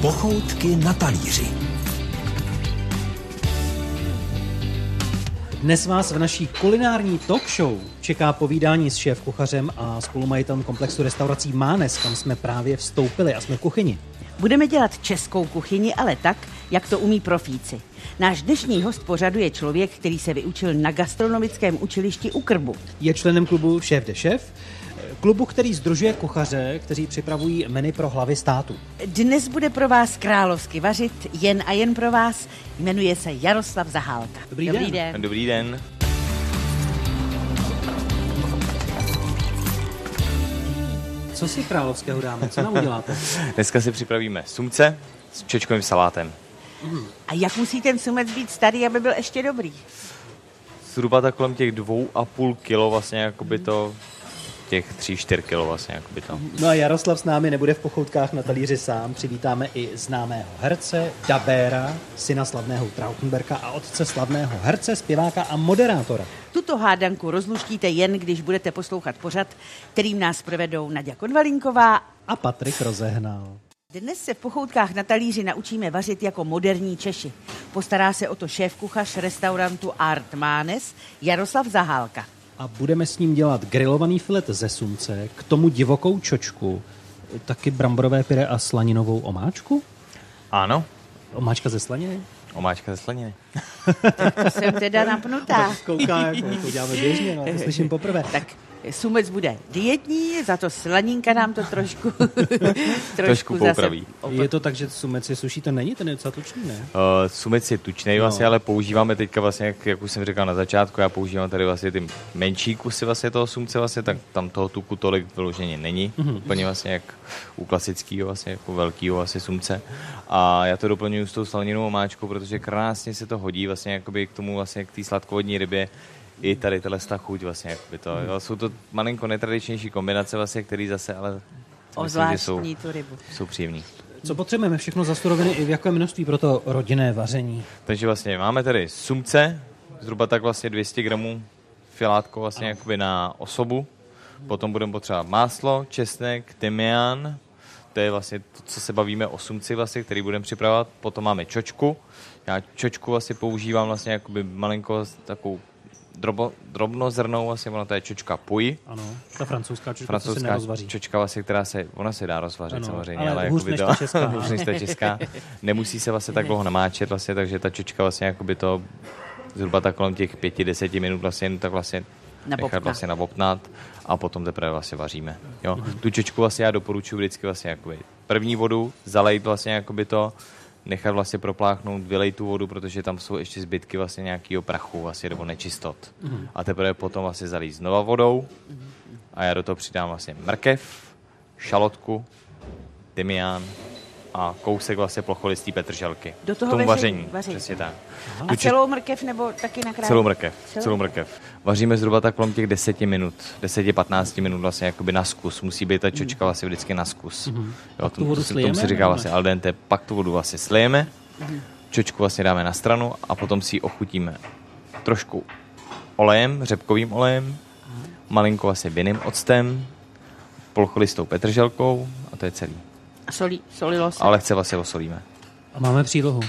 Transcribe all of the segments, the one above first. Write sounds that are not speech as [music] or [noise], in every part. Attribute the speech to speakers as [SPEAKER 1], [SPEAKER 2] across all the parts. [SPEAKER 1] Pochoutky na talíři.
[SPEAKER 2] Dnes vás v naší kulinární talk show čeká povídání s šéf kuchařem a spolumajitelem komplexu restaurací Mánes, kam jsme právě vstoupili a jsme v kuchyni.
[SPEAKER 3] Budeme dělat českou kuchyni, ale tak, jak to umí profíci. Náš dnešní host pořadu je člověk, který se vyučil na gastronomickém učilišti u Krbu.
[SPEAKER 2] Je členem klubu Šéf de Šéf, klubu, který združuje kuchaře, kteří připravují menu pro hlavy státu.
[SPEAKER 3] Dnes bude pro vás královsky vařit, jen a jen pro vás. Jmenuje se Jaroslav Zahálka.
[SPEAKER 2] Dobrý den.
[SPEAKER 3] den.
[SPEAKER 4] Dobrý den.
[SPEAKER 2] Co si královského dáme? Co nám uděláte?
[SPEAKER 4] Dneska si připravíme sumce s čečkovým salátem.
[SPEAKER 3] A jak musí ten sumec být starý, aby byl ještě dobrý?
[SPEAKER 4] Zhruba tak kolem těch dvou a půl kilo vlastně jakoby to, těch tři, čtyř kilo vlastně jakoby to.
[SPEAKER 2] No a Jaroslav s námi nebude v pochoutkách na talíři sám. Přivítáme i známého herce, dabéra, syna slavného Trautenberka a otce slavného herce, zpěváka a moderátora.
[SPEAKER 3] Tuto hádanku rozluštíte jen, když budete poslouchat pořad, kterým nás provedou Nadia Konvalinková
[SPEAKER 2] A Patrik rozehnal.
[SPEAKER 3] Dnes se v pochoutkách na talíři naučíme vařit jako moderní Češi. Postará se o to šéf-kuchař restaurantu Art Mánes Jaroslav Zahálka.
[SPEAKER 2] A budeme s ním dělat grilovaný filet ze sumce, k tomu divokou čočku, taky bramborové pyré a slaninovou omáčku?
[SPEAKER 4] Ano,
[SPEAKER 2] Omáčka ze slaniny?
[SPEAKER 4] omáčka ze slaniny.
[SPEAKER 3] To jsem teda napnutá.
[SPEAKER 2] Kouká, jako to děláme běžně, no, to slyším poprvé.
[SPEAKER 3] Tak sumec bude dietní, za to slaninka nám to trošku, [laughs] trošku,
[SPEAKER 4] Trošku poupraví.
[SPEAKER 3] Zase,
[SPEAKER 2] Je to tak, že sumec je suší, to není ten je docela tučný, ne?
[SPEAKER 4] Uh, sumec je tučnej
[SPEAKER 2] No.
[SPEAKER 4] vlastně, ale používáme teďka vlastně, jak, jak už jsem říkal na začátku, já používám tady vlastně ty menší kusy vlastně toho sumce vlastně, tak tam toho tuku tolik vyloženě není, mm-hmm. úplně vlastně jak u klasického vlastně, jako velkého vlastně sumce. A já to doplňuji s tou slaninu omáčkou, protože krásně se to hodí vlastně jakoby k tomu vlastně, k té sladkovodní rybě, i tady tahle ta chuť vlastně, jakoby to, jo. Jsou to malinko netradičnější kombinace vlastně, které zase, ale myslím, že jsou,
[SPEAKER 3] Ozvláštní tu rybu.
[SPEAKER 4] jsou příjemný.
[SPEAKER 2] Co potřebujeme všechno za suroviny i v jakém množství pro to rodinné vaření?
[SPEAKER 4] Takže vlastně máme tady sumce, zhruba tak vlastně 200 gramů filátko vlastně jakoby na osobu. Potom budeme potřebovat máslo, česnek, tymián, to je vlastně to, co se bavíme o sumci vlastně, který budeme připravovat. Potom máme čočku. Já čočku vlastně používám vlastně jakoby malinko s takovou drobo, drobnozrnou, vlastně ona to je čočka puj.
[SPEAKER 2] Ano, ta francouzská čočka, francouzská se
[SPEAKER 4] Francouzská
[SPEAKER 2] nerozvaří.
[SPEAKER 4] čočka vlastně, která se, ona se dá rozvařit
[SPEAKER 2] Ano,
[SPEAKER 4] samozřejmě,
[SPEAKER 2] ale
[SPEAKER 4] ale,
[SPEAKER 2] hůř
[SPEAKER 4] jakoby
[SPEAKER 2] než
[SPEAKER 4] to-
[SPEAKER 2] ta
[SPEAKER 4] [laughs]
[SPEAKER 2] česká.
[SPEAKER 4] hůř než ta česká.
[SPEAKER 2] [laughs]
[SPEAKER 4] Nemusí se vlastně tak dlouho namáčet vlastně, takže ta čočka vlastně jakoby to zhruba tak kolem těch pěti, deseti minut vlastně, jen tak vlastně
[SPEAKER 3] Nabobtná.
[SPEAKER 4] nechat vlastně nabopnat a potom teprve vlastně vaříme. Jo.
[SPEAKER 2] Mhm.
[SPEAKER 4] Tu čočku vlastně já doporučuji vždycky vlastně jakoby první vodu, zalejt vlastně jakoby to, nechat vlastně propláchnout, vylej tu vodu, protože tam jsou ještě zbytky vlastně nějakého prachu vlastně, nebo nečistot.
[SPEAKER 2] Mhm.
[SPEAKER 4] A teprve potom vlastně zalít znova vodou, a já do toho přidám vlastně mrkev, šalotku, tymián a kousek vlastně plocholisté petrželky.
[SPEAKER 3] Do toho
[SPEAKER 4] K tomu
[SPEAKER 3] vaření,
[SPEAKER 4] vaření,
[SPEAKER 3] vaření.
[SPEAKER 4] Přesně tak.
[SPEAKER 3] A
[SPEAKER 4] Tu či-
[SPEAKER 3] celou mrkev nebo taky na
[SPEAKER 4] celou mrkev.
[SPEAKER 3] Celou-
[SPEAKER 4] Celou. mrkev. Vaříme zhruba tak kolem těch 10 minut, 10-15 minut vlastně jakoby na zkus. Musí být ta čočka vlastně vždycky na zkus. Mm-hmm. Jo,
[SPEAKER 2] Mhm. tu vodu
[SPEAKER 4] tomu, se- tomu
[SPEAKER 2] slijeme,
[SPEAKER 4] se říká
[SPEAKER 2] nebo Mhm.
[SPEAKER 4] vlastně al dente. Pak tu vodu vlastně slijeme, čočku vlastně dáme na stranu a potom si ji ochutíme trošku olejem, řepkovým olejem,
[SPEAKER 2] Mhm.
[SPEAKER 4] malinko vlastně vinným octem, polcholistou petrželkou a to je celý.
[SPEAKER 3] A Solí, solilo se.
[SPEAKER 4] Ale chce vlastně osolíme.
[SPEAKER 2] A máme přílohu.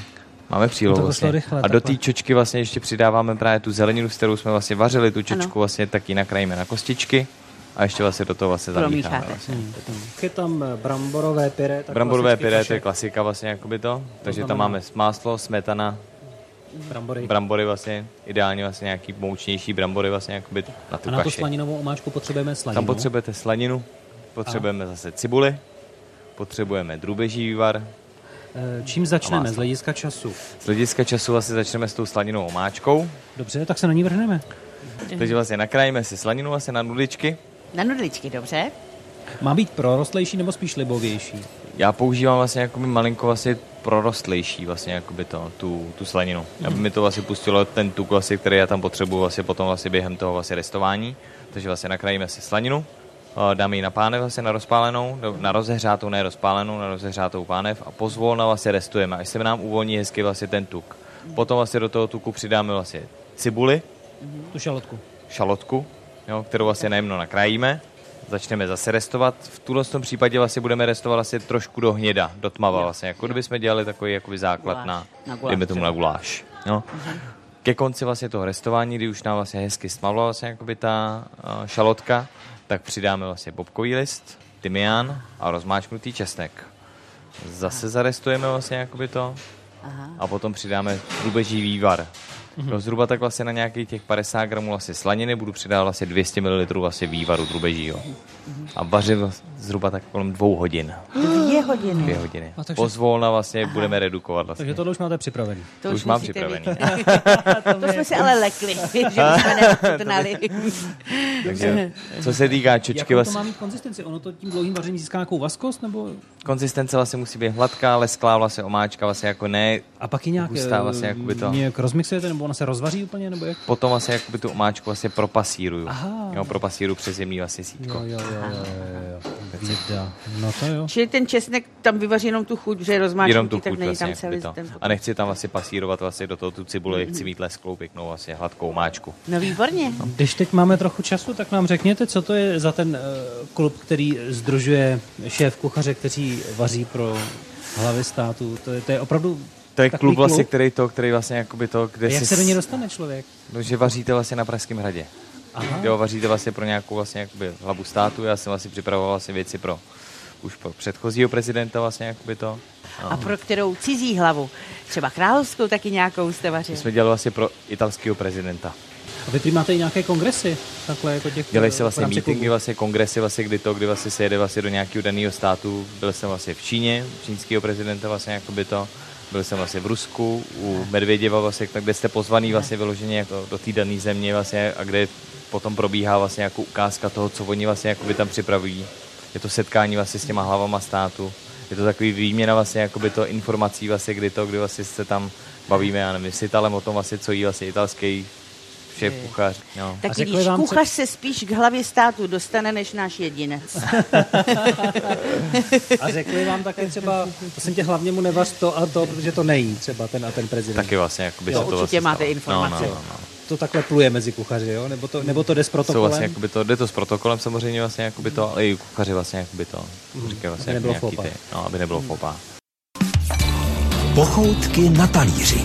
[SPEAKER 4] Máme
[SPEAKER 2] No to
[SPEAKER 4] přílohu
[SPEAKER 2] pošlo
[SPEAKER 4] vlastně.
[SPEAKER 2] rychle,
[SPEAKER 4] a do
[SPEAKER 2] takhle.
[SPEAKER 4] té čočky vlastně ještě přidáváme právě tu zeleninu, s kterou jsme vlastně vařili tu čočku,
[SPEAKER 3] Ano.
[SPEAKER 4] vlastně tak ji nakrájíme na kostičky a ještě vlastně do toho vlastně zamícháme.
[SPEAKER 3] Promícháte.
[SPEAKER 4] Vlastně.
[SPEAKER 2] Hmm. Chytám eh, bramborové pyré. Tak
[SPEAKER 4] Bramborové
[SPEAKER 2] klasicky
[SPEAKER 4] pyré,
[SPEAKER 2] naše
[SPEAKER 4] to je klasika vlastně jakoby to, takže tam
[SPEAKER 2] znamená-
[SPEAKER 4] máme máslo, smetana,
[SPEAKER 2] Brambory.
[SPEAKER 4] brambory vlastně, ideálně vlastně nějaký moučnější brambory vlastně jakoby na tu
[SPEAKER 2] A na tu
[SPEAKER 4] kaši.
[SPEAKER 2] slaninovou omáčku potřebujeme slaninu.
[SPEAKER 4] Tam potřebujete slaninu, potřebujeme zase cibuli, potřebujeme drůbeží vývar.
[SPEAKER 2] Eh, Čím začneme
[SPEAKER 4] máslo.
[SPEAKER 2] z hlediska času?
[SPEAKER 4] Z hlediska času vlastně začneme s tou slaninou omáčkou,
[SPEAKER 3] Mhm.
[SPEAKER 2] Dobře, tak se na ní vrhneme.
[SPEAKER 4] takže vlastně nakrájíme si slaninu vlastně na nudličky,
[SPEAKER 3] Na nudličky, dobře?
[SPEAKER 2] Má být prorostlejší nebo spíš libovější?
[SPEAKER 4] Já používám vlastně jakoby malinko vlastně prorostlejší vlastně jakoby to, tu, tu slaninu. Aby mi to vlastně pustilo ten tuk vlastně, který já tam potřebuji vlastně potom vlastně během toho vlastně restování. Takže vlastně nakrájíme si slaninu, a dáme ji na pánev vlastně na rozpálenou, do- na rozehřátou, ne rozpálenou, na rozehřátou pánev a pozvolna vlastně restujeme, až se nám uvolní hezky vlastně ten tuk. Potom vlastně do toho tuku přidáme vlastně cibuli,
[SPEAKER 2] Tu šalotku.
[SPEAKER 4] šalotku, jo, kterou vlastně najemno nakrájíme, začneme zase restovat. V tuhle tom případě vlastně budeme restovat asi trošku do hněda, do tmava vlastně, jako kdyby jsme dělali takový jakoby základ
[SPEAKER 3] Guláš.
[SPEAKER 4] na,
[SPEAKER 3] Na guláš Mhm.
[SPEAKER 4] dejme tomu
[SPEAKER 3] třeba.
[SPEAKER 4] na guláš. No. Ke konci vlastně toho restování, kdy už nám vlastně hezky stmavla vlastně jakoby ta a, šalotka, tak přidáme vlastně bobkový list, tymián a rozmáčknutý česnek. Zase zarestujeme vlastně jakoby to
[SPEAKER 3] Aha.
[SPEAKER 4] a potom přidáme drubeží vývar.
[SPEAKER 2] Mhm.
[SPEAKER 4] No zhruba tak vlastně na nějakých těch 50 gramů vlastně slaniny budu přidávat vlastně 200 ml vlastně vývaru drubežího.
[SPEAKER 2] Mhm.
[SPEAKER 4] A vařit vlastně zhruba tak kolem dvou hodin,
[SPEAKER 3] Dvě hodiny.
[SPEAKER 4] dvě hodiny.
[SPEAKER 2] Mhm. A takže-
[SPEAKER 4] Pozvolna vlastně budeme redukovat vlastně.
[SPEAKER 2] Takže tohle už máte připravený.
[SPEAKER 3] To
[SPEAKER 4] už mám
[SPEAKER 3] musíte
[SPEAKER 4] připravený. [laughs]
[SPEAKER 3] mít. [laughs] to jsme se ale lekli, že už jsme neochutnali.
[SPEAKER 4] Takže co se týká čočky,
[SPEAKER 2] Jakou to
[SPEAKER 4] vlastně,
[SPEAKER 2] má mít konzistenci? Ono to tím dlouhým vařením získá nějakou vaskost? Nebo...
[SPEAKER 4] konzistence vlastně musí být hladká, lesklá vlastně omáčka vlastně jako ne,
[SPEAKER 2] A pak ji nějak,
[SPEAKER 4] Hustá
[SPEAKER 2] eh,
[SPEAKER 4] vlastně jakoby to.
[SPEAKER 2] nějak rozmixujete, nebo ona se rozvaří úplně, nebo jak?
[SPEAKER 4] potom vlastně jakoby tu omáčku vlastně propasíruju.
[SPEAKER 2] Aha.
[SPEAKER 4] Jo, propasíruju přes jemný vlastně sítko.
[SPEAKER 2] jo, jo, jo, jo, jo. Vida. No to jo.
[SPEAKER 3] Čili ten česnek tam vyvaří jenom tu chuť, že je
[SPEAKER 4] Jenom
[SPEAKER 3] rozmáčknutý,
[SPEAKER 4] tu
[SPEAKER 3] tak
[SPEAKER 4] chuť
[SPEAKER 3] není
[SPEAKER 4] vlastně,
[SPEAKER 3] tam
[SPEAKER 4] jakoby
[SPEAKER 3] celý
[SPEAKER 4] to.
[SPEAKER 3] ten... Mhm.
[SPEAKER 4] A nechci tam vlastně pasírovat vlastně do toho tu cibuli, chci mít lesklou, pěknou vlastně hladkou máčku.
[SPEAKER 3] No výborně.
[SPEAKER 2] Když teď máme trochu času, tak nám řekněte, co to je za ten eh, klub, který združuje šéf kuchaře, kteří vaří pro hlavy státu. To je, to je opravdu
[SPEAKER 4] To je
[SPEAKER 2] takový
[SPEAKER 4] klub vlastně, který to, který vlastně jakoby to, kde
[SPEAKER 2] Jak
[SPEAKER 4] si
[SPEAKER 2] se do
[SPEAKER 4] s-
[SPEAKER 2] něj dostane člověk?
[SPEAKER 4] No, že vaříte vlastně na Pražském hradě.
[SPEAKER 2] Aha.
[SPEAKER 4] Jo, vaříte vlastně pro nějakou vlastně jakoby hlavu státu, já jsem vlastně připravoval vlastně věci pro už pro předchozího prezidenta vlastně jakoby to.
[SPEAKER 3] A pro kterou cizí hlavu, třeba královskou, taky nějakou jste
[SPEAKER 4] My
[SPEAKER 3] vařil.
[SPEAKER 4] jsme dělali vlastně pro italského prezidenta.
[SPEAKER 2] A vy prý máte i nějaké kongresy, takhle jako těch...
[SPEAKER 4] Dělají
[SPEAKER 2] eh, v
[SPEAKER 4] se vlastně
[SPEAKER 2] rámci
[SPEAKER 4] meetingy,
[SPEAKER 2] klubu.
[SPEAKER 4] vlastně kongresy, vlastně kdy to, kdy vlastně se jede vlastně do nějakého daného státu. Byl jsem vlastně v Číně, u čínského prezidenta vlastně jakoby to. Byl jsem vlastně v Rusku, u Medvěděva vlastně, tak kde jste pozvaný vlastně vyloženě jako do té dané země vlastně a kde potom probíhá vlastně jako ukázka toho, co oni vlastně jakoby tam připravují. Je to setkání vlastně s těma hlavama státu. Je to takový výměna vlastně jakoby to informací vlastně, kdy to, kdy vlastně se tam bavíme, já nevím, s Italem o tom vlastně, co jí vlastně italský šéf kuchař. No.
[SPEAKER 3] Tak
[SPEAKER 2] řekli
[SPEAKER 3] vidíš,
[SPEAKER 2] vám, co-
[SPEAKER 3] kuchař se spíš k hlavě státu dostane, než náš jedinec.
[SPEAKER 2] A řekli vám také třeba, prosím tě, hlavně mu nevař to a to, protože to nejí třeba ten a ten prezident.
[SPEAKER 4] Taky vlastně, jakoby
[SPEAKER 2] Jo,
[SPEAKER 4] se to
[SPEAKER 3] určitě
[SPEAKER 4] vlastně
[SPEAKER 3] máte
[SPEAKER 4] stalo.
[SPEAKER 3] informace.
[SPEAKER 4] No, no, no, no.
[SPEAKER 2] To takhle pluje mezi kuchaři, jo? Nebo to, nebo to jde s
[SPEAKER 4] Jsou
[SPEAKER 2] protokolem?
[SPEAKER 4] vlastně, jakoby to, jde to s protokolem samozřejmě vlastně, jakoby to, ale i kuchaři vlastně, jakoby to. Říkají vlastně,
[SPEAKER 2] Hmm. Aby
[SPEAKER 4] jako
[SPEAKER 2] nebylo
[SPEAKER 4] nějaký
[SPEAKER 2] fopa. Hmm.
[SPEAKER 4] ty, no, aby nebylo fopa.
[SPEAKER 1] Pochoutky na talíři.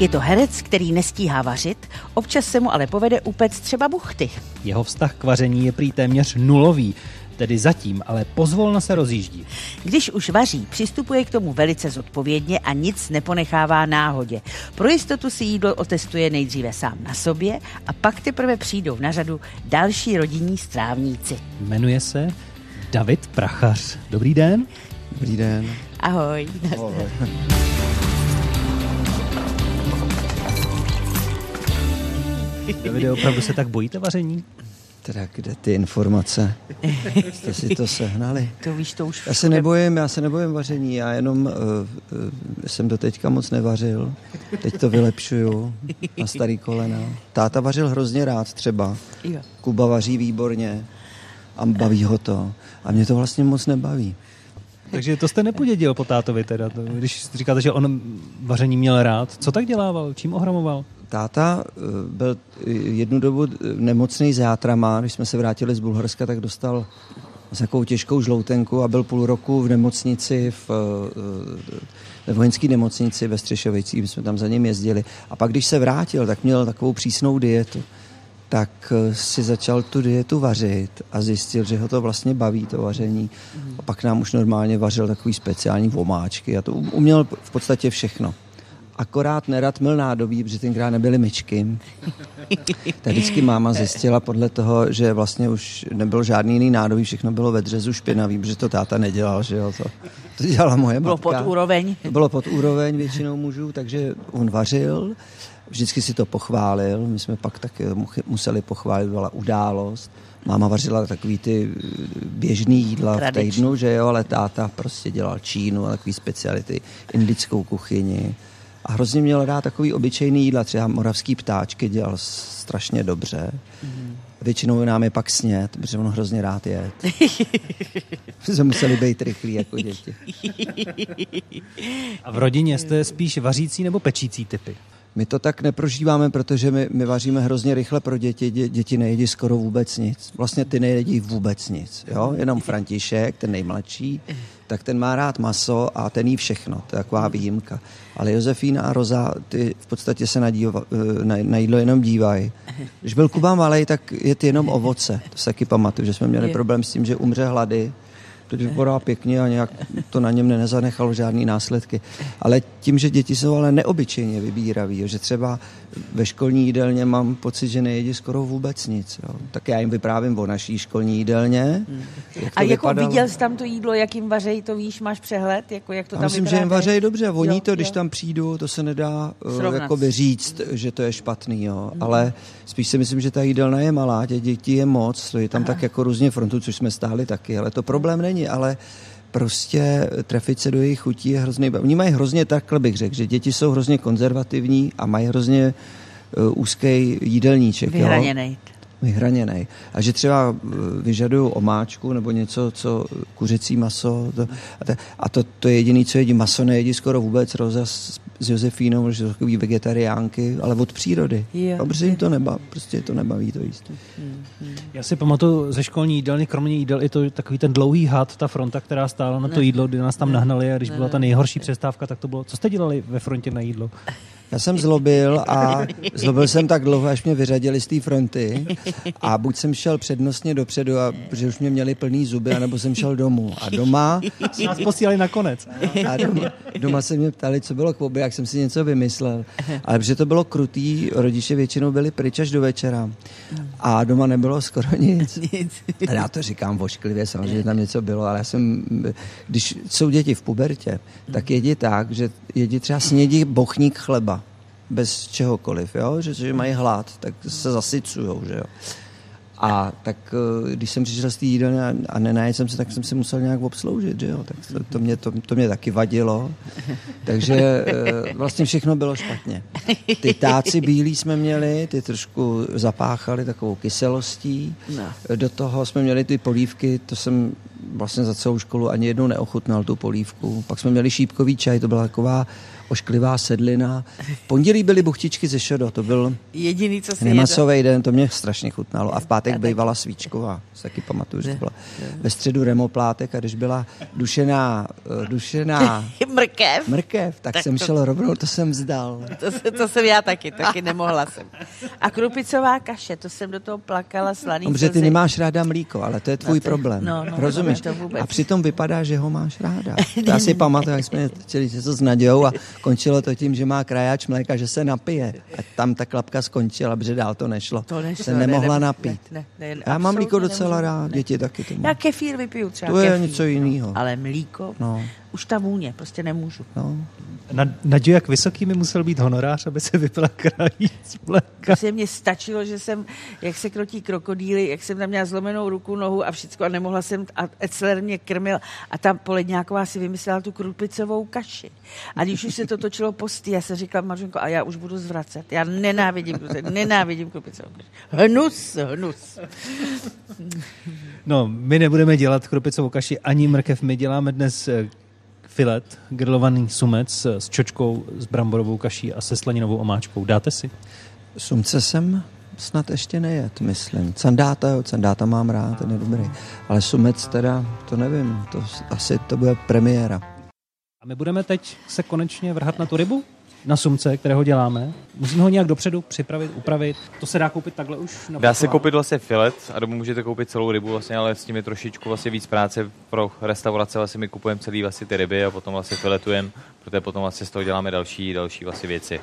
[SPEAKER 3] Je to herec, který nestíhá vařit, občas se mu ale povede upec třeba buchty.
[SPEAKER 2] Jeho vztah k vaření je prý téměř nulový, tedy zatím, ale pozvolna se rozjíždí.
[SPEAKER 3] Když už vaří, přistupuje k tomu velice zodpovědně a nic neponechává náhodě. Pro jistotu si jídlo otestuje nejdříve sám na sobě a pak teprve přijdou na řadu další rodinní strávníci.
[SPEAKER 2] Jmenuje se David Prachař. Dobrý den.
[SPEAKER 5] Dobrý den.
[SPEAKER 3] Ahoj.
[SPEAKER 5] No.
[SPEAKER 2] Davide, opravdu se tak bojíte vaření?
[SPEAKER 5] Teda kde ty informace? Jste si to sehnali?
[SPEAKER 3] To víš, to už
[SPEAKER 5] Já se nebojím, já se nebojím vaření, já jenom uh, uh, jsem doteďka moc nevařil. Teď to vylepšuju na starý kolena. Táta vařil hrozně rád třeba.
[SPEAKER 3] Jo.
[SPEAKER 5] Kuba vaří výborně a baví ho to. A mě to vlastně moc nebaví.
[SPEAKER 2] Takže to jste nepodědil po tátovi teda, to- když říkáte, že on vaření měl rád. Co tak dělával? Čím ohramoval?
[SPEAKER 5] Táta eh, byl eh, jednu dobu eh, nemocný s játrama, když jsme se vrátili z Bulharska, tak dostal s takovou těžkou žloutenku a byl půl roku v nemocnici, v, eh, ve vojenské nemocnici ve Střešovicích, my jsme tam za ním jezdili. A pak, když se vrátil, tak měl takovou přísnou dietu. Tak eh, si začal tu dietu vařit a zjistil, že ho to vlastně baví, to vaření. A pak nám už normálně vařil takový speciální vomáčky a to um- uměl v podstatě všechno. Akorát nerad mil nádobí, protože tenkrát nebyly myčky. Tak vždycky máma zjistila podle toho, že vlastně už nebyl žádný jiný nádobí, všechno bylo ve dřezu špinavý, protože to táta nedělal, že jo, to, to dělala moje
[SPEAKER 3] Bylo
[SPEAKER 5] matka.
[SPEAKER 3] pod úroveň.
[SPEAKER 5] To Bylo pod úroveň většinou mužů, takže on vařil, vždycky si to pochválil, my jsme pak tak eh, mu- museli pochválit, byla událost. Máma vařila takový ty eh, běžný jídla
[SPEAKER 3] Tradiční.
[SPEAKER 5] v týdnu, že jo, ale táta prostě dělal Čínu a takový speciality, indickou kuchyni. A hrozně měl rád takový obyčejný jídla, třeba moravský ptáčky dělal s- strašně dobře. Většinou nám je pak snět, protože on hrozně rád je. jsme museli být rychlí jako děti.
[SPEAKER 2] A v rodině jste spíš vařící nebo pečící typy?
[SPEAKER 5] My to tak neprožíváme, protože my, my vaříme hrozně rychle pro děti. Dě, děti nejedí skoro vůbec nic. Vlastně ty nejedí vůbec nic. Jo? Jenom František, ten nejmladší, tak ten má rád maso a ten jí všechno. To je taková výjimka. Ale Josefína a Roza, ty v podstatě se na, díva, eh, na, na jídlo jenom dívají. Když byl Kuba malý, tak je ty jenom ovoce. To se taky pamatuju, že jsme měli problém s tím, že umře hlady protože vypadá pěkně a nějak to na něm nezanechalo žádný následky. Ale tím, že děti jsou ale neobyčejně vybíraví, jo, že třeba ve školní jídelně mám pocit, že nejedí skoro vůbec nic. Jo. Tak já jim vyprávím o naší školní jídelně. Jak to
[SPEAKER 3] A jako
[SPEAKER 5] vypadalo.
[SPEAKER 3] viděl jsi tam to jídlo, jak jim vařej, to víš, máš přehled, jako jak to
[SPEAKER 5] Já
[SPEAKER 3] tam
[SPEAKER 5] myslím, že
[SPEAKER 3] vypadá,
[SPEAKER 5] jim
[SPEAKER 3] ne?
[SPEAKER 5] vařejí dobře, voní
[SPEAKER 3] Jo,
[SPEAKER 5] to, když
[SPEAKER 3] jo.
[SPEAKER 5] tam přijdu, to se nedá uh,
[SPEAKER 3] Srovnat. Hmm.
[SPEAKER 5] jakoby říct, že to je špatný, jo. ale spíš si myslím, že ta jídelna je malá, těch dětí je moc, to je tam tak jako různě frontu, což jsme stáli taky, ale to problém není, ale prostě trefit se do jejich chutí je hrozný. ba- Oni mají hrozně takhle bych řekl, že děti jsou hrozně konzervativní a mají hrozně uh, úzký jídelníček. Jo?
[SPEAKER 3] Vyhraněnej.
[SPEAKER 5] vyhraněný. A že třeba vyžadují omáčku nebo něco, co kuřecí maso. To, a to, a to, to je jediné, co jedí. Maso nejedí skoro vůbec Roza s, s Josefínou, že jsou takový vegetariánky, ale od přírody.
[SPEAKER 3] Jo,
[SPEAKER 5] a protože jim to nebaví, prostě je to nebaví to jíst.
[SPEAKER 2] Já si pamatuju ze školní jídelny, kromě jídel, i to takový ten dlouhý had, ta fronta, která stála na to jídlo, kdy nás tam nahnali a když byla ta nejhorší přestávka, tak to bylo. Co jste dělali ve frontě na jídlo?
[SPEAKER 5] Já jsem zlobil a zlobil jsem tak dlouho, až mě vyřadili z té fronty a buď jsem šel přednostně dopředu, a, protože už mě měli plný zuby, anebo jsem šel domů. A doma
[SPEAKER 2] Nás posílali nakonec.
[SPEAKER 5] A doma, doma se mě ptali, co bylo k obě, jak jsem si něco vymyslel. Ale protože to bylo krutý, rodiče většinou byli pryč až do večera. A doma nebylo skoro [laughs] nic. Teda já to říkám vošklivě, samozřejmě tam něco bylo, ale já jsem, když jsou děti v pubertě, tak jedí tak, že jedí třeba snědí bochník chleba bez čehokoliv, jo? Že, že mají hlad, tak se zasycujou, že jo. A tak eh, když jsem přišel z té jídelny a, a nenajet jsem se, tak jsem se musel nějak obsloužit, že jo? Tak to, to, mě, to, to mě taky vadilo. Takže eh, vlastně všechno bylo špatně. Ty táci bílí jsme měli, ty trošku zapáchali takovou kyselostí.
[SPEAKER 3] No.
[SPEAKER 5] Do toho jsme měli ty polívky, to jsem vlastně za celou školu ani jednou neochutnal tu polívku. Pak jsme měli šípkový čaj, to byla taková ošklivá sedlina. V pondělí byly buchtičky ze šodo, to byl
[SPEAKER 3] Jediný, co si jedl.
[SPEAKER 5] Nemasový den, to mě strašně chutnalo. A v pátek bývala svíčková, se taky pamatuju, že to byla. Ve středu remoplátek a když byla dušená, eh,
[SPEAKER 3] [laughs]
[SPEAKER 5] dušená
[SPEAKER 3] [laughs] Mrkev.
[SPEAKER 5] mrkev, tak,
[SPEAKER 3] Tak
[SPEAKER 5] jsem
[SPEAKER 3] to-
[SPEAKER 5] šel rovnou, to jsem vzdal.
[SPEAKER 3] To, se- to jsem já taky, taky nemohla jsem. A krupicová kaše, to jsem do toho plakala slaný
[SPEAKER 5] Dobře, No, ty
[SPEAKER 3] slzy.
[SPEAKER 5] nemáš ráda mlíko, ale to je tvůj
[SPEAKER 3] to-
[SPEAKER 5] problém.
[SPEAKER 3] no, no,
[SPEAKER 5] Rozumíš?
[SPEAKER 3] to vůbec.
[SPEAKER 5] A přitom vypadá, že ho
[SPEAKER 3] [laughs]
[SPEAKER 5] máš ráda. To já si pamatuju, jak jsme chtěli něco s Nadějou a končilo to tím, že má krajač mléka, že se napije. A tam ta klapka skončila, protože dál to nešlo.
[SPEAKER 3] To nešlo,
[SPEAKER 5] se
[SPEAKER 3] ne,
[SPEAKER 5] nemohla
[SPEAKER 3] ne, ne,
[SPEAKER 5] napít.
[SPEAKER 3] ne, ne,
[SPEAKER 5] já mám
[SPEAKER 3] absolutně
[SPEAKER 5] mlíko docela
[SPEAKER 3] nemůžu,
[SPEAKER 5] rád,
[SPEAKER 3] ne.
[SPEAKER 5] děti taky to
[SPEAKER 3] Já
[SPEAKER 5] mají.
[SPEAKER 3] kefír vypiju třeba.
[SPEAKER 5] No. To je
[SPEAKER 3] kefír,
[SPEAKER 5] něco
[SPEAKER 3] no.
[SPEAKER 5] jinýho.
[SPEAKER 3] Ale mlíko,
[SPEAKER 5] No.
[SPEAKER 3] už ta vůně, prostě nemůžu.
[SPEAKER 5] No.
[SPEAKER 2] Na, Naděj, jak vysoký mi musel být honorář, aby se vypila krajíc mléka.
[SPEAKER 3] Prostě mě stačilo, že jsem, jak se krotí krokodýly, jak jsem tam měla zlomenou ruku, nohu a všecko a nemohla jsem, a Etzler mě krmil a tam Poledňáková si vymyslela tu krupicovou kaši. A když už se to točilo posty, já jsem říkala, Mařenko, a já už budu zvracet. Já nenávidím krupice, nenávidím krupicovou kaši. Hnus, hnus.
[SPEAKER 2] No, my nebudeme dělat krupicovou kaši ani mrkev, my děláme dnes eh, filet, grilovaný sumec eh, s čočkou, s bramborovou kaší a se slaninovou omáčkou. Dáte si?
[SPEAKER 5] Sumce jsem snad ještě nejet, myslím. Candáta, jo, candáta mám rád, ten je dobrý. Ale sumec teda, to nevím, to s- asi to bude premiéra.
[SPEAKER 2] A my budeme teď se konečně vrhat na tu rybu, na sumce, kterého děláme. Musíme ho nějak dopředu připravit, upravit. To se dá koupit takhle už? Na
[SPEAKER 4] Dá se
[SPEAKER 2] pachování?
[SPEAKER 4] koupit vlastně filet a domů můžete koupit celou rybu, vlastně, ale s tím je trošičku vlastně víc práce pro restaurace. Vlastně my kupujeme celý vlastně ty ryby a potom vlastně filetujeme, protože potom vlastně z toho děláme další, další vlastně věci.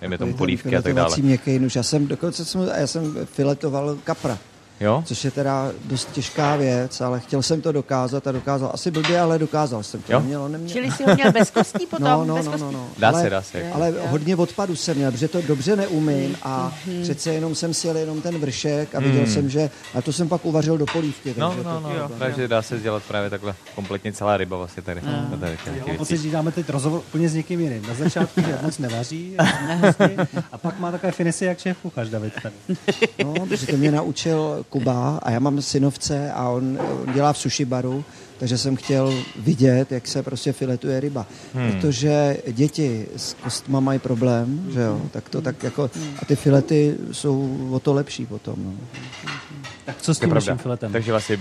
[SPEAKER 4] Dejme tomu
[SPEAKER 5] Ten
[SPEAKER 4] polívky a tak dále.
[SPEAKER 5] filetovací Měkký nůž. Já jsem dokonce jsem, já jsem filetoval kapra,
[SPEAKER 4] Jo?
[SPEAKER 5] což je teda dost těžká věc, ale chtěl jsem to dokázat a dokázal. Asi blbě, ale dokázal jsem to.
[SPEAKER 4] Jo?
[SPEAKER 5] Nemělo, nemělo.
[SPEAKER 3] Čili si ho měl bez kostí
[SPEAKER 4] Jako
[SPEAKER 3] potom?
[SPEAKER 5] No, no,
[SPEAKER 3] bez
[SPEAKER 5] no,
[SPEAKER 3] kostí?
[SPEAKER 5] no, no.
[SPEAKER 4] Dá
[SPEAKER 5] ale,
[SPEAKER 4] se, dá se. Mhm.
[SPEAKER 5] Ale hodně odpadu jsem měl, protože to dobře neumím a přece jenom jsem si jel jenom ten vršek a viděl jsem, že... A to jsem pak uvařil do polívky.
[SPEAKER 4] No,
[SPEAKER 5] takže
[SPEAKER 4] no,
[SPEAKER 5] to-
[SPEAKER 4] no, no. Takže dá se dělat právě takhle kompletně celá ryba vlastně tady.
[SPEAKER 2] No.
[SPEAKER 4] tady, tady, tady,
[SPEAKER 2] Já mám
[SPEAKER 4] tady,
[SPEAKER 2] pocit, že dáme teď rozhovor úplně s někým jiným. Na začátku, že moc
[SPEAKER 4] [laughs]
[SPEAKER 2] nevaří a, a pak má takové finesy, jak šéf kuchař David tady.
[SPEAKER 5] No, protože to mě naučil Kuba a já mám synovce a on, on dělá v sushi baru, takže jsem chtěl vidět, jak se prostě filetuje ryba. Hmm. Protože děti s kostma mají problém, že jo, tak to tak jako, a ty filety jsou o to lepší potom, no.
[SPEAKER 2] Tak co s
[SPEAKER 4] je
[SPEAKER 2] tím
[SPEAKER 4] pravda.
[SPEAKER 2] naším filetem?
[SPEAKER 4] Takže vlastně,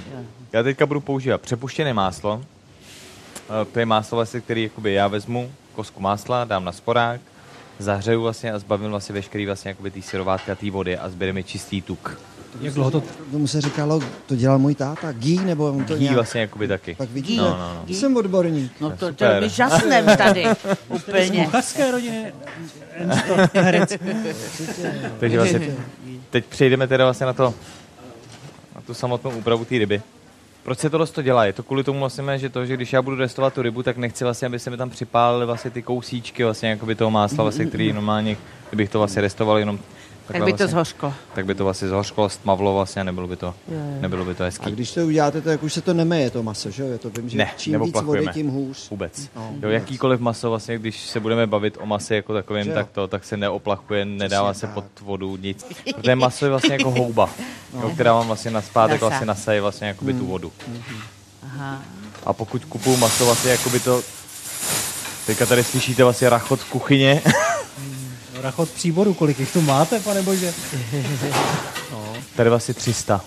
[SPEAKER 4] já teďka budu používat přepuštěné máslo. Eh, To je máslo, vlastně, který jakoby já vezmu kosku másla, dám na sporák, zahřeju vlastně a zbavím vlastně veškerý vlastně jakoby tý syrovátka, té vody a zbere mi čistý tuk.
[SPEAKER 2] Jak dlouho to...
[SPEAKER 5] Tomu se říkalo, to dělal můj táta, gý, nebo on to
[SPEAKER 4] Jí
[SPEAKER 5] nějak,
[SPEAKER 4] vlastně jakoby taky.
[SPEAKER 5] tak vidíte,
[SPEAKER 4] No, no, no.
[SPEAKER 5] jsem odborník.
[SPEAKER 3] No to, to
[SPEAKER 4] Super.
[SPEAKER 3] robíš žasnem
[SPEAKER 4] [laughs]
[SPEAKER 3] tady. Úplně.
[SPEAKER 2] Kuchařské rodiny.
[SPEAKER 4] Takže vlastně teď přejdeme teda vlastně na to, na tu samotnou úpravu té ryby. Proč se tohle to dělá? Je to kvůli tomu vlastně, že to, že když já budu restovat tu rybu, tak nechci vlastně, aby se mi tam připálily vlastně ty kousíčky vlastně jakoby toho másla, vlastně, který normálně, kdybych to vlastně restoval jenom
[SPEAKER 3] Tak
[SPEAKER 4] takhle
[SPEAKER 3] by to
[SPEAKER 4] vlastně,
[SPEAKER 3] zhořklo.
[SPEAKER 4] tak by to vlastně zhořklo, stmavlo vlastně a nebylo by to, nebylo by to
[SPEAKER 5] A
[SPEAKER 4] hezký.
[SPEAKER 5] když to uděláte, tak už se to nemeje to maso, že jo? Já to vím, že
[SPEAKER 4] Ne,
[SPEAKER 5] čím víc
[SPEAKER 4] neoplachujeme.
[SPEAKER 5] vody, tím hůř.
[SPEAKER 4] Vůbec.
[SPEAKER 5] No,
[SPEAKER 4] jo, jakýkoliv maso, vlastně, když se budeme bavit o mase jako takovém,
[SPEAKER 5] Že jo.
[SPEAKER 4] tak to tak se neoplachuje, nedává se
[SPEAKER 5] tak.
[SPEAKER 4] pod vodu nic. Protože maso je vlastně jako houba,
[SPEAKER 5] No.
[SPEAKER 4] jo, která vám vlastně na zpátek
[SPEAKER 3] Nasá.
[SPEAKER 4] vlastně nasaje vlastně jakoby
[SPEAKER 5] Hmm.
[SPEAKER 4] tu vodu. A pokud kupuju maso vlastně jakoby to... Teďka tady slyšíte vlastně rachot v kuchyně. [laughs]
[SPEAKER 2] Rachot příboru, kolik jich tu máte, pane bože?
[SPEAKER 4] tady vlastně 300.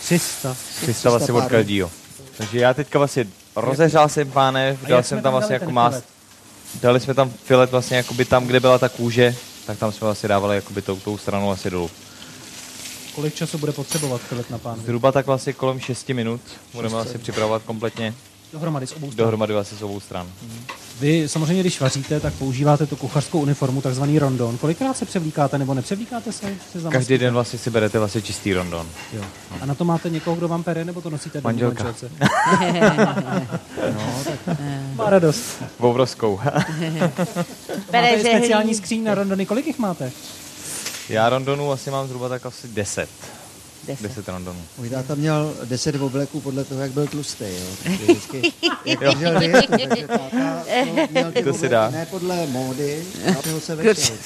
[SPEAKER 2] 300.
[SPEAKER 4] 300 vlastně od
[SPEAKER 5] párů.
[SPEAKER 4] Kaldího. Takže já teďka vlastně rozeřál jsem pánev, dal
[SPEAKER 2] jak
[SPEAKER 4] jsem
[SPEAKER 2] jsme
[SPEAKER 4] tam
[SPEAKER 2] tam
[SPEAKER 4] vlastně
[SPEAKER 2] dali
[SPEAKER 4] jako
[SPEAKER 2] ten
[SPEAKER 4] mást.
[SPEAKER 2] filet?
[SPEAKER 4] Dali jsme tam filet vlastně jakoby tam, kde byla ta kůže, tak tam jsme vlastně dávali jakoby tou, tou stranou asi dolů.
[SPEAKER 2] Kolik času bude potřebovat filet na pán?
[SPEAKER 4] Zhruba tak vlastně kolem 6 minut budeme vlastně připravovat kompletně
[SPEAKER 2] Dohromady s obou stran.
[SPEAKER 4] dohromady vlastně s obou stran.
[SPEAKER 2] Vy samozřejmě, když vaříte, tak používáte tu kuchařskou uniformu, takzvaný rondon. Kolikrát se převlíkáte nebo nepřevlíkáte se? se zamlčíte?
[SPEAKER 4] Každý den vlastně si berete vlastně čistý rondon.
[SPEAKER 2] Jo. A na to máte někoho, kdo vám pere, nebo to nosíte domů
[SPEAKER 4] No. Manželka. [laughs] No,
[SPEAKER 2] manželce? No,
[SPEAKER 4] eh.
[SPEAKER 2] Má radost.
[SPEAKER 4] Obrovskou. [laughs]
[SPEAKER 3] Bere,
[SPEAKER 2] máte i
[SPEAKER 3] že
[SPEAKER 2] speciální
[SPEAKER 3] hlí.
[SPEAKER 2] skříň na rondony. Kolik jich máte?
[SPEAKER 4] Já rondonů asi mám zhruba tak asi 10. 10 rondonů.
[SPEAKER 5] Můj táta měl 10 obleků podle toho, jak byl tlustý, jo. Takže
[SPEAKER 3] [laughs]
[SPEAKER 5] Vždycky, jak držel dietu, takže táta no, měl ty
[SPEAKER 4] To si
[SPEAKER 5] obleky
[SPEAKER 4] dá.
[SPEAKER 5] ne podle módy, ale toho se vešel.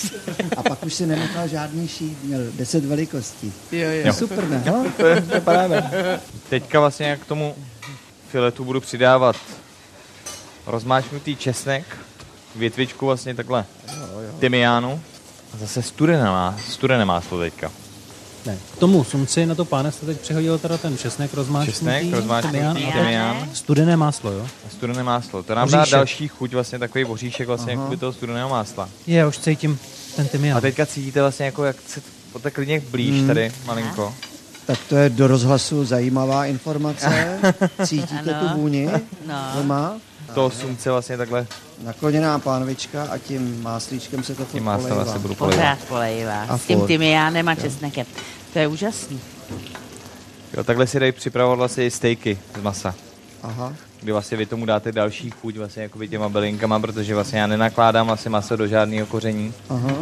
[SPEAKER 5] A pak už si nenechal žádný šít, měl 10 velikostí.
[SPEAKER 3] Jo, jo.
[SPEAKER 5] Jo. Super, ne? No,
[SPEAKER 4] To je, to je paráda. Teďka vlastně k tomu filetu budu přidávat rozmáčnutý česnek, větvičku vlastně takhle tymiánu a zase studené, má, studené máslo teďka.
[SPEAKER 2] Ne. K tomu sumci na to páne jste teď přehodil teda ten česnek rozmáčnutý.
[SPEAKER 4] Česnek,
[SPEAKER 2] tymián
[SPEAKER 4] rozmáčnutý
[SPEAKER 2] a-
[SPEAKER 4] tymián
[SPEAKER 2] Studené máslo, jo?
[SPEAKER 4] a studené máslo. To nám
[SPEAKER 2] Oříšek.
[SPEAKER 4] dá další chuť, vlastně takový oříšek vlastně jakoby toho studeného másla.
[SPEAKER 2] Je, já už cítím ten tymián.
[SPEAKER 4] A teďka cítíte vlastně jako, jak se to tak klidně blíž tady malinko.
[SPEAKER 5] tak to je do rozhlasu
[SPEAKER 3] [laughs]
[SPEAKER 5] zajímavá informace. Cítíte
[SPEAKER 3] Ano.
[SPEAKER 5] tu vůni?
[SPEAKER 3] No.
[SPEAKER 5] Doma?
[SPEAKER 4] To sumce vlastně takhle
[SPEAKER 5] Nakloněná pánvička a tím máslíčkem se to furt
[SPEAKER 4] tím máslem
[SPEAKER 5] polejvá.
[SPEAKER 4] vlastně budu polivat.
[SPEAKER 3] Pořád polejvá.
[SPEAKER 5] A
[SPEAKER 3] S tím
[SPEAKER 5] furt.
[SPEAKER 3] tymiánem a česnekem. To je úžasný.
[SPEAKER 4] Jo, takhle si dají připravovat vlastně i stejky z masa.
[SPEAKER 5] Aha.
[SPEAKER 4] kdy vlastně vy tomu dáte další chuť vlastně jakoby těma bylinkama, protože vlastně já nenakládám vlastně maso do žádného koření.
[SPEAKER 5] Aha.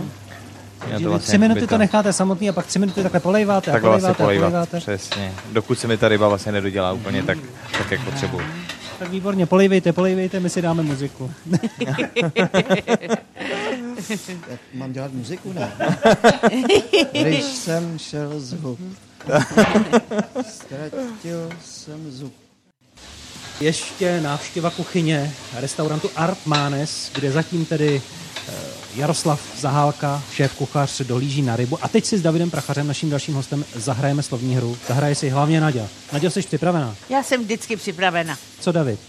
[SPEAKER 4] Já vlastně
[SPEAKER 2] Že vy tři minuty to necháte samotný a pak tři minuty takhle polejváte a
[SPEAKER 4] tak vlastně
[SPEAKER 2] polejváte a
[SPEAKER 4] polejvat,
[SPEAKER 2] polejváte.
[SPEAKER 4] přesně. Dokud se mi ta ryba vlastně nedodělá úplně tak, tak jak potřebuju.
[SPEAKER 2] Tak výborně, polejvejte, polejvejte, my si dáme muziku.
[SPEAKER 5] Jak mám dělat muziku, ne? Když jsem šel z hub, ztratil jsem zub.
[SPEAKER 2] Ještě návštěva kuchyně restaurantu Art Manes, kde zatím tedy eh, Jaroslav Zahálka, šéf kuchař, dohlíží na rybu. A teď si s Davidem Prachařem, naším dalším hostem, zahrajeme slovní hru. Zahraje si hlavně Nadia. Nadia, jsi připravená?
[SPEAKER 3] Já jsem vždycky připravena.
[SPEAKER 2] Co David?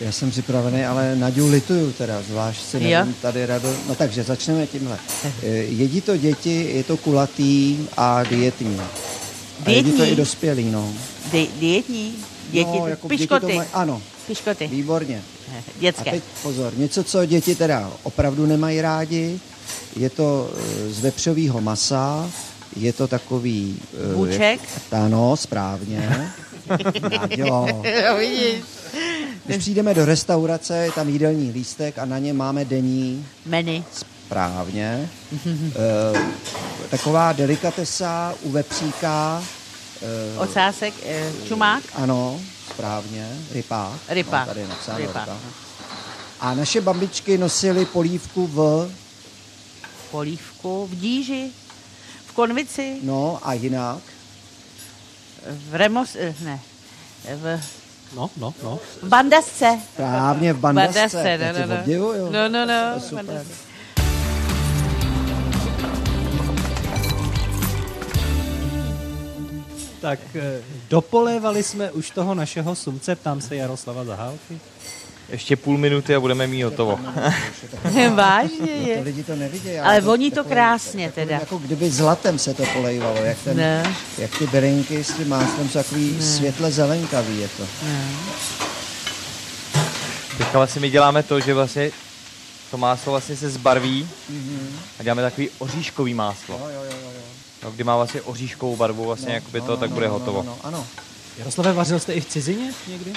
[SPEAKER 5] Já jsem připravený, ale Naďu lituju teda, zvlášť si
[SPEAKER 3] Jo?
[SPEAKER 5] nevím tady rado. No takže začneme tímhle. Eh, Jedí to děti, je to kulatý a dietní. A jedí to
[SPEAKER 3] Dietní?
[SPEAKER 5] i dospělí, no.
[SPEAKER 3] Di- dietní, děti,
[SPEAKER 5] no, jako děti to
[SPEAKER 3] piškoty,
[SPEAKER 5] mají- Ano,
[SPEAKER 3] piškoty,
[SPEAKER 5] výborně. A
[SPEAKER 3] [laughs] dětské.
[SPEAKER 5] teď pozor, něco, co děti teda opravdu nemají rádi, je to eh, z vepřového masa, je to takový... eh,
[SPEAKER 3] Vůček?
[SPEAKER 5] jak- Ano, správně.
[SPEAKER 3] [laughs]
[SPEAKER 5] Naďo.
[SPEAKER 3] Jo, No, vidíš.
[SPEAKER 5] Když přijdeme do restaurace, je tam jídelní lístek a na ně máme denní
[SPEAKER 3] Menu.
[SPEAKER 5] správně.
[SPEAKER 3] Mhm.
[SPEAKER 5] Eh, taková delikatesa u vepříka, eh,
[SPEAKER 3] Ocásek, eh, čumák,
[SPEAKER 5] ano, správně, rypák.
[SPEAKER 3] rypa.
[SPEAKER 5] No, tady je napsáno
[SPEAKER 3] rypa.
[SPEAKER 5] rypa. A naše babičky nosily polívku v,
[SPEAKER 3] Polívku, v díži, v konvici,
[SPEAKER 5] no a jinak.
[SPEAKER 3] V Remos, eh, ne, v
[SPEAKER 2] No, no, no.
[SPEAKER 3] v
[SPEAKER 5] [laughs]
[SPEAKER 3] Bandasce.
[SPEAKER 5] Právně v bandasce.
[SPEAKER 3] Bandasce,
[SPEAKER 5] to tě
[SPEAKER 3] no, no, no.
[SPEAKER 5] obdivuju.
[SPEAKER 3] No, no, no.
[SPEAKER 5] To je super.
[SPEAKER 3] Bandasce.
[SPEAKER 2] Tak eh, dopolévali jsme už toho našeho sumce, ptám se Jaroslava Zahálky.
[SPEAKER 4] Ještě půl minuty a budeme mít hotovo.
[SPEAKER 3] Vážně
[SPEAKER 5] No, To
[SPEAKER 3] je.
[SPEAKER 5] lidi to nevidějí.
[SPEAKER 3] Ale voní to krásně teda.
[SPEAKER 5] Jako kdyby zlatem se to polejvalo, jak, ten,
[SPEAKER 3] Ne.
[SPEAKER 5] jak ty berinky s tím máslem jsou takový světle zelenkavý je to.
[SPEAKER 3] No.
[SPEAKER 4] Teďka vlastně my děláme to, že vlastně to máslo vlastně se zbarví
[SPEAKER 2] Mhm.
[SPEAKER 4] a děláme takový oříškový máslo,
[SPEAKER 5] Jo, jo, jo, jo. jo.
[SPEAKER 4] no, kdy má vlastně oříškovou barvu, vlastně jakoby to, tak bude hotovo.
[SPEAKER 5] No, no, ano.
[SPEAKER 2] Jaroslave, vařil jste i v cizině někdy?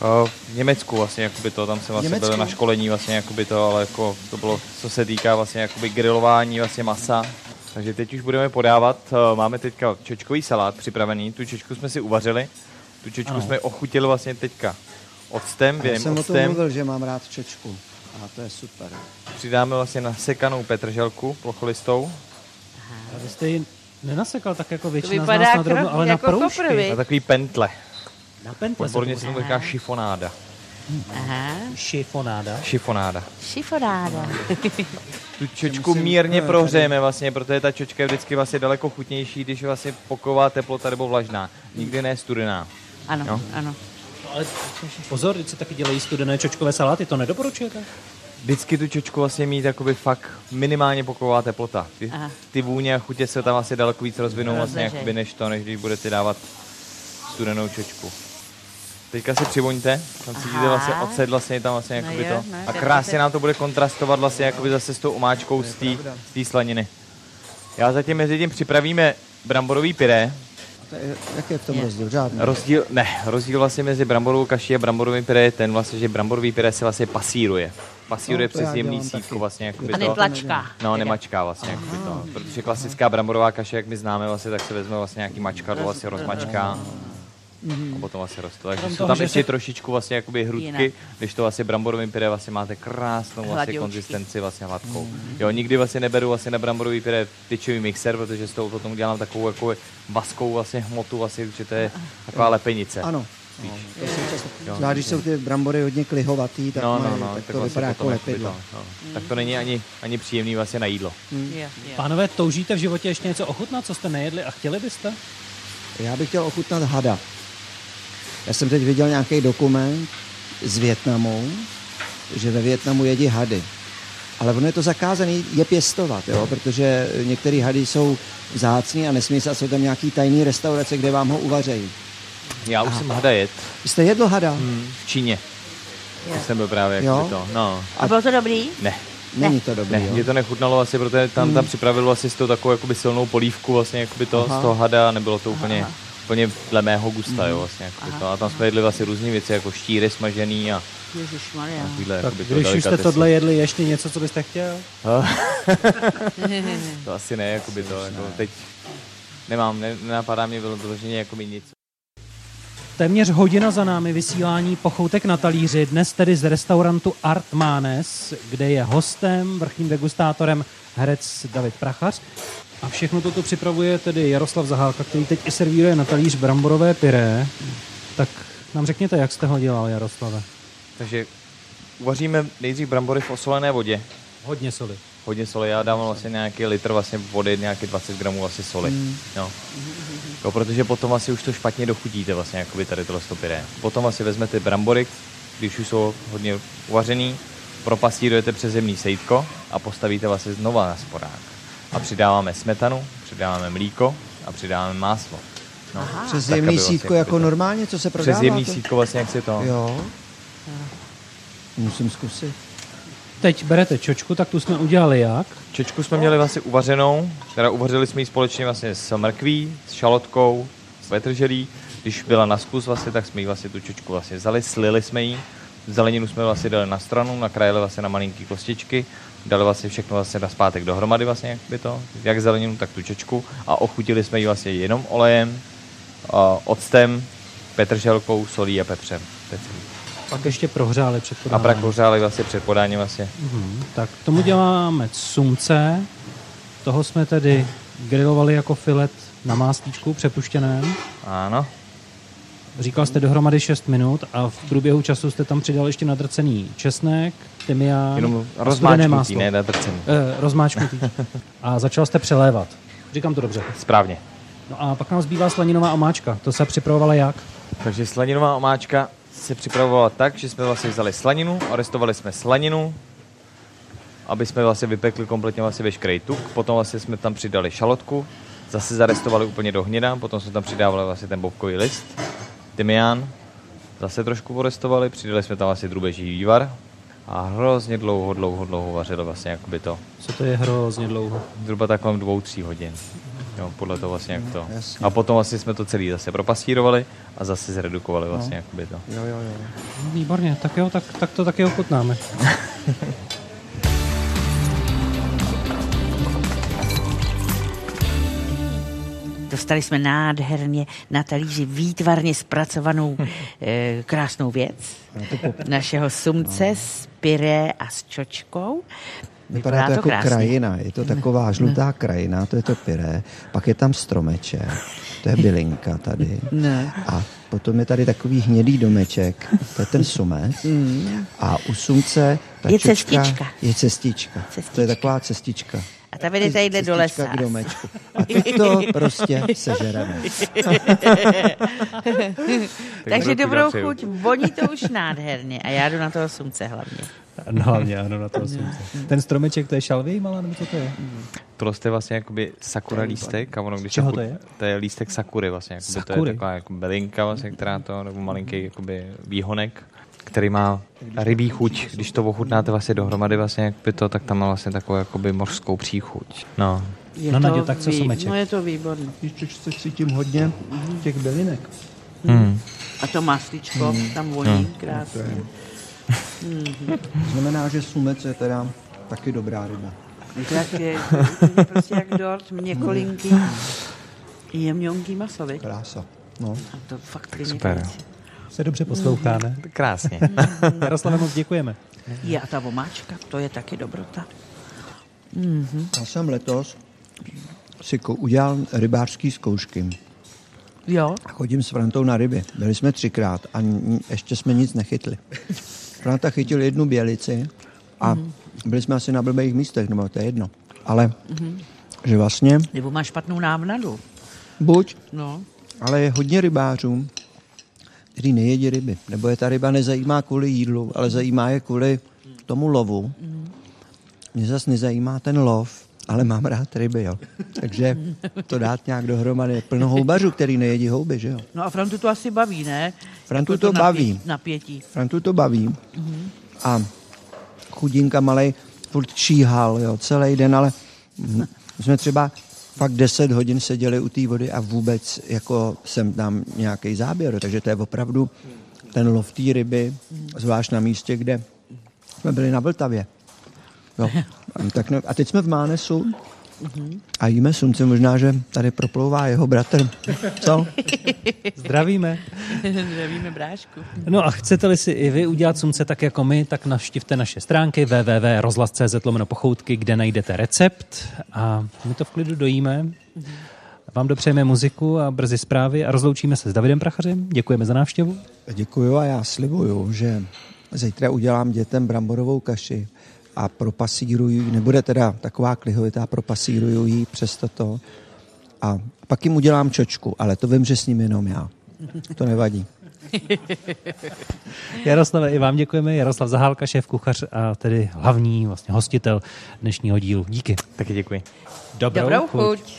[SPEAKER 4] O, V Německu vlastně, jakoby to, tam jsem vlastně
[SPEAKER 5] Německu?
[SPEAKER 4] byl na školení vlastně, jakoby to, ale jako to bylo, co se týká vlastně jakoby grilování vlastně masa. Takže teď už budeme podávat, eh, máme teďka čočkový salát připravený, tu čočku jsme si uvařili, tu čočku jsme ochutili vlastně teďka octem,
[SPEAKER 5] Já jsem
[SPEAKER 4] během
[SPEAKER 5] o tom
[SPEAKER 4] octem,
[SPEAKER 5] mluvil, že mám rád čočku. A to je super.
[SPEAKER 4] přidáme vlastně nasekanou petrželku plocholistou,
[SPEAKER 2] A vy jste ji nenasekal tak jako
[SPEAKER 3] To
[SPEAKER 2] většina z nás
[SPEAKER 3] vypadá
[SPEAKER 2] na drobno, ale
[SPEAKER 3] krok,
[SPEAKER 2] na
[SPEAKER 3] jako
[SPEAKER 2] proužky.
[SPEAKER 4] na
[SPEAKER 3] koprvy.
[SPEAKER 4] takový pentle.
[SPEAKER 2] Na pentle se
[SPEAKER 4] Odborně
[SPEAKER 2] to
[SPEAKER 4] se tomu říká šifonáda.
[SPEAKER 3] Aha,
[SPEAKER 2] bude. Šifonáda.
[SPEAKER 4] Šifonáda.
[SPEAKER 3] šiforáda.
[SPEAKER 5] No.
[SPEAKER 4] Tu čočku mírně prohřejeme vlastně, protože ta čočka je vždycky vlastně daleko chutnější, když je vlastně poková teplota nebo vlažná. Nikdy ne studená.
[SPEAKER 3] Ano,
[SPEAKER 4] Jo.
[SPEAKER 3] ano.
[SPEAKER 2] Ale pozor, teď se taky dělají studené čočkové saláty, to nedoporučujete?
[SPEAKER 4] Vždycky tu čočku vlastně mít jakoby fakt minimálně poková teplota. Ty,
[SPEAKER 3] Aha.
[SPEAKER 4] ty vůně a chutě se tam asi daleko víc rozvinou vlastně
[SPEAKER 3] Rozležej.
[SPEAKER 4] jakoby než to, než když budete dávat studenou čočku. Teďka se přivoňte, tam cítíte
[SPEAKER 3] Aha.
[SPEAKER 4] vlastně ocet, vlastně je tam vlastně
[SPEAKER 3] No
[SPEAKER 4] jakoby
[SPEAKER 3] jo,
[SPEAKER 4] to.
[SPEAKER 3] no,
[SPEAKER 4] A
[SPEAKER 3] tak
[SPEAKER 4] krásně
[SPEAKER 3] to-
[SPEAKER 4] nám to bude kontrastovat vlastně jakoby zase s tou omáčkou z té- z té slaniny. Já zatím mezi tím připravíme bramborový pyré,
[SPEAKER 5] A to je, jak je v tom
[SPEAKER 3] Je.
[SPEAKER 5] rozdíl? Žádný.
[SPEAKER 4] Rozdíl, ne, rozdíl vlastně mezi bramborovou kaší a bramborovým pyré je ten vlastně, že bramborový pyré se vlastně pasíruje. Pasíruje
[SPEAKER 5] No, to
[SPEAKER 4] přes
[SPEAKER 5] já
[SPEAKER 4] jemný
[SPEAKER 5] dělám
[SPEAKER 4] sítku
[SPEAKER 5] taky.
[SPEAKER 4] vlastně, jakoby
[SPEAKER 3] A
[SPEAKER 4] to.
[SPEAKER 3] netlačka.
[SPEAKER 4] No, nemačká vlastně, jakoby to. Protože klasická bramborová kaše, jak my známe vlastně, tak se vezme vlastně nějaký mačkadlo, vlastně rozmačká. A potom vlastně roste. Takže
[SPEAKER 2] Krom
[SPEAKER 4] jsou
[SPEAKER 2] toho,
[SPEAKER 4] tam
[SPEAKER 2] že
[SPEAKER 4] ještě
[SPEAKER 2] se-
[SPEAKER 4] trošičku vlastně jakoby hrudky,
[SPEAKER 3] Jinak.
[SPEAKER 4] když to vlastně bramborovým pyré vlastně máte krásnou vlastně
[SPEAKER 3] Hladoučky.
[SPEAKER 4] konzistenci vlastně hladkou. Jo, nikdy vlastně neberu vlastně na bramborový pyré tyčový mixer, protože s tou potom dělám takovou jako vaskou vlastně hmotu, vlastně, že to je taková lepenice.
[SPEAKER 5] Ano. No, to jsou často, zvlášť, když jsou ty brambory hodně klihovatý, tak,
[SPEAKER 4] no,
[SPEAKER 5] mají,
[SPEAKER 4] no, no,
[SPEAKER 5] tak, to vypadá jako
[SPEAKER 4] potom jakoby
[SPEAKER 5] lepidlo.
[SPEAKER 4] to, no. Tak to není ani, ani příjemný vlastně na jídlo.
[SPEAKER 5] Hmm.
[SPEAKER 3] Jo, jo.
[SPEAKER 2] Pánové, toužíte v životě ještě něco ochutnat, co jste nejedli a chtěli byste?
[SPEAKER 5] Já bych chtěl ochutnat hada. Já jsem teď viděl nějaký dokument z Větnamu, že ve Větnamu jedí hady. Ale ono je to zakázané je pěstovat, jo? protože některé hady jsou vzácní a nesmí se, a jsou tam nějaký tajné restaurace, kde vám ho uvařejí.
[SPEAKER 4] Já už jsem hada jet
[SPEAKER 5] Vy jste jedl hada?
[SPEAKER 4] v Číně.
[SPEAKER 3] Jo.
[SPEAKER 4] Jsem byl právě
[SPEAKER 5] Hmm. Jo?
[SPEAKER 4] jako to. No,
[SPEAKER 3] A bylo to dobrý?
[SPEAKER 4] ne.
[SPEAKER 5] Není to
[SPEAKER 4] Ne,
[SPEAKER 5] dobré.
[SPEAKER 4] mě to nechutnalo asi, protože tam,
[SPEAKER 2] Hmm.
[SPEAKER 4] tam připravilo asi s tou takovou jakoby silnou polívku vlastně jakoby to, z toho hada a nebylo to úplně, úplně dle mého gusta,
[SPEAKER 2] Mhm.
[SPEAKER 4] jo, vlastně jakoby to. A tam jsme jedli vlastně různé věci, jako štíry smažený a
[SPEAKER 3] Ježišmarja. [laughs]
[SPEAKER 4] takovýhle
[SPEAKER 2] Tak
[SPEAKER 4] jakoby to
[SPEAKER 2] když už jste
[SPEAKER 4] delikatesy.
[SPEAKER 2] tohle jedli, ještě něco, co byste chtěl?
[SPEAKER 4] [laughs] To asi ne, jakoby to, jako teď nemám, ne, nenapadá mě bylo vyloženě jakoby nic.
[SPEAKER 2] Téměř hodina za námi vysílání pochoutek na talíři, dnes tedy z restaurantu Art Manes, kde je hostem, vrchním degustátorem herec David Prachař. A všechno to tu připravuje tedy Jaroslav Zahálka, který teď i servíruje na talíř bramborové pyré. Tak nám řekněte, jak jste ho dělal, Jaroslave.
[SPEAKER 4] Takže uvaříme nejdřív brambory v osolené vodě.
[SPEAKER 2] Hodně soli.
[SPEAKER 4] Hodně soli, já dávám vlastně nějaký litr vlastně vody, nějaký 20 gramů vlastně soli. No. Jo, protože potom asi už to špatně dochutíte vlastně, jakoby tady tohle to pyré. Potom asi vezmete brambory, když už jsou hodně uvařený, propastírujete přes zemní sejtko a postavíte vlastně znova na sporák. A přidáváme smetanu, přidáváme mlíko a přidáváme máslo. No.
[SPEAKER 5] Přes
[SPEAKER 4] Tak, aby
[SPEAKER 5] jemný
[SPEAKER 4] vlastně
[SPEAKER 5] sítko jako
[SPEAKER 4] jakoby to-
[SPEAKER 5] normálně, co se prodává?
[SPEAKER 4] Přes jemný
[SPEAKER 5] to?
[SPEAKER 4] sítko vlastně, jak si to...
[SPEAKER 5] Jo. Musím zkusit.
[SPEAKER 2] Teď berete čočku, tak tu jsme udělali jak?
[SPEAKER 4] Čočku jsme měli vlastně uvařenou, teda uvařili jsme ji společně vlastně s mrkví, s šalotkou, s vetrželí. Když byla na zkus vlastně, tak jsme ji vlastně tu čočku vlastně vzali, slili jsme ji. Zeleninu jsme vlastně dali na stranu, nakrájeli vlastně na malinký kostičky, dali vlastně všechno vlastně na zpátek dohromady vlastně, jak by to, jak zeleninu, tak tu čočku a ochutili jsme ji vlastně jenom olejem, a octem, petrželkou, solí a pepřem. To je celý.
[SPEAKER 2] Pak ještě prohřáli před
[SPEAKER 4] A
[SPEAKER 2] podáním.
[SPEAKER 4] pak kořáli vlastně před podáním vlastně
[SPEAKER 2] Mhm, tak k tomu děláme sumce, toho jsme tedy grilovali jako filet na mástíčku přepuštěném.
[SPEAKER 4] Ano.
[SPEAKER 2] Říkal jste dohromady 6 minut a v průběhu času jste tam přidal ještě nadrcený česnek, tymián,
[SPEAKER 4] Jenom
[SPEAKER 2] a studené
[SPEAKER 4] rozmáčknutý, ne nadrcený.
[SPEAKER 2] Eh, rozmáčknutý. a začal jste přelévat. Říkám to dobře.
[SPEAKER 4] Správně.
[SPEAKER 2] No a pak nám zbývá slaninová omáčka. To se připravovala jak?
[SPEAKER 4] Takže slaninová omáčka se připravovala tak, že jsme vlastně vzali slaninu, arestovali jsme slaninu, aby jsme vlastně vypekli kompletně vlastně veškerý tuk, potom vlastně jsme tam přidali šalotku, zase zarestovali úplně do hněda, potom jsme tam přidávali vlastně ten bobkový list, tymián, zase trošku orestovali, přidali jsme tam vlastně drůbeží vývar a hrozně dlouho, dlouho, dlouho vařilo vlastně jakoby to.
[SPEAKER 2] Co to je hrozně dlouho.
[SPEAKER 4] Zhruba tak kolem dvou, tří hodin.
[SPEAKER 2] Mhm.
[SPEAKER 4] Jo, podle toho vlastně jak to. A potom vlastně jsme to celý zase propastírovali a zase zredukovali vlastně jakoby to.
[SPEAKER 5] Jo, jo, jo.
[SPEAKER 2] No, výborně, tak jo, tak, tak to taky ochutnáme.
[SPEAKER 3] Dostali jsme nádherně na talíři výtvarně zpracovanou
[SPEAKER 5] Hm.
[SPEAKER 3] eh, krásnou věc našeho sumce s pyré a s čočkou.
[SPEAKER 5] No. Vypadá, to jako krajina, je to taková žlutá krajina, to je to pyré, pak je tam stromeček, to je bylinka tady.
[SPEAKER 3] Ne.
[SPEAKER 5] A potom je tady takový hnědý domeček, to je ten sumec. A u sumce ta
[SPEAKER 3] Mm. Je
[SPEAKER 5] čočka-
[SPEAKER 3] cestička.
[SPEAKER 5] Je cestička. To
[SPEAKER 3] Cestička.
[SPEAKER 5] je taková cestička.
[SPEAKER 3] A ta vede tadyhle do
[SPEAKER 5] Cestička
[SPEAKER 3] lesa.
[SPEAKER 5] K domečku. A teď to prostě
[SPEAKER 3] [laughs]
[SPEAKER 5] sežereme.
[SPEAKER 3] Takže
[SPEAKER 4] dobrou chuť
[SPEAKER 3] dobrou
[SPEAKER 4] vám přeju.
[SPEAKER 3] chuť, voní to už nádherně. A já jdu na toho sumce hlavně.
[SPEAKER 2] [laughs] No, hlavně, ano, na to jsem se. Ten stromeček, to je šalvěj malá, nebo co to je?
[SPEAKER 4] Tohle je vlastně jakoby sakura lístek a ono když
[SPEAKER 2] čeho
[SPEAKER 4] pu-
[SPEAKER 2] to je?
[SPEAKER 4] To je lístek sakury vlastně. Jakoby To
[SPEAKER 2] Sakury. Mhm.
[SPEAKER 4] je taková jako bylinka vlastně, která to, nebo malinký jakoby výhonek, který má rybí chuť. Když to ochutnáte vlastně dohromady vlastně jakoby to, tak tam má vlastně takovou jakoby mořskou příchuť. No.
[SPEAKER 3] Je
[SPEAKER 2] No,
[SPEAKER 3] to
[SPEAKER 2] Naďo, tak co
[SPEAKER 3] vý-
[SPEAKER 2] sumeček?
[SPEAKER 3] No je to výborný.
[SPEAKER 6] Ještě se cítím hodně těch bylinek.
[SPEAKER 2] Mhm.
[SPEAKER 4] Hm.
[SPEAKER 3] A to masličko
[SPEAKER 5] Hmm.
[SPEAKER 3] tam voní
[SPEAKER 2] No.
[SPEAKER 3] krásně.
[SPEAKER 5] To znamená, že sumec je teda taky dobrá ryba.
[SPEAKER 3] Tak je,
[SPEAKER 5] [laughs]
[SPEAKER 3] prostě jak dort, měkolinký,
[SPEAKER 5] Hmm.
[SPEAKER 3] jemňonký masový.
[SPEAKER 5] Krása. No.
[SPEAKER 3] A to fakt je
[SPEAKER 4] super.
[SPEAKER 3] vynikající.
[SPEAKER 2] Se dobře posloucháme.
[SPEAKER 6] [laughs]
[SPEAKER 2] [laughs]
[SPEAKER 4] Krásně.
[SPEAKER 2] Jaroslave, moc děkujeme.
[SPEAKER 3] Je a ta vomáčka, to je taky dobrota.
[SPEAKER 5] Já jsem letos si ko- udělal rybářský zkoušky.
[SPEAKER 3] Jo,
[SPEAKER 5] A Chodím s Frantou na ryby. Byli jsme třikrát a n- ještě jsme nic nechytli. Franta chytil jednu bělici a byli jsme asi na blbých místech, nebo to je jedno. Ale že vlastně
[SPEAKER 3] nebo má špatnou návnadu.
[SPEAKER 5] buď,
[SPEAKER 3] No,
[SPEAKER 5] ale je hodně rybářů, kteří nejedí ryby, nebo je ta ryba nezajímá kvůli jídlu, ale zajímá je kvůli tomu lovu. Mě zase nezajímá ten lov, ale mám rád ryby, jo. Takže to dát nějak dohromady. Je Plno houbařů, který nejedí houby, že jo.
[SPEAKER 3] no a Frantu to asi baví, ne?
[SPEAKER 5] Frantu
[SPEAKER 3] Jako
[SPEAKER 5] to baví.
[SPEAKER 3] [laughs] Napětí.
[SPEAKER 5] Frantu to baví. A chudinka malej furt číhal, jo, celý den, ale mm, my jsme třeba fakt 10 hodin seděli u té vody a vůbec jako jsem tam nějaký záběr, takže to je opravdu ten lov té ryby, zvlášť na místě, kde jsme byli na Vltavě. Jo. A Tak ne, a teď jsme v Mánesu a jíme slunce, možná, že tady proplouvá jeho bratr. Co?
[SPEAKER 2] Zdravíme.
[SPEAKER 3] Zdravíme brášku.
[SPEAKER 2] No a chcete-li si i vy udělat sumce tak jako my, tak navštivte naše stránky www.rozhlas.cz lomeno pochoutky, kde najdete recept a my to v klidu dojíme. Vám dopřejeme muziku a brzy zprávy a rozloučíme se s Davidem Prachařem. Děkujeme za návštěvu.
[SPEAKER 5] Děkuju a já slibuju, že zítra udělám dětem bramborovou kaši a propasíruju ji, nebude teda taková klihovitá, propasíruju ji přes toto a pak jim udělám čočku, ale to vím, že s ním jenom já. To nevadí.
[SPEAKER 2] Jaroslave, i vám děkujeme. Jaroslav Zahálka, šéf kuchař a tedy hlavní vlastně hostitel dnešního dílu. Díky.
[SPEAKER 4] Taky děkuji.
[SPEAKER 3] Dobrou chuť.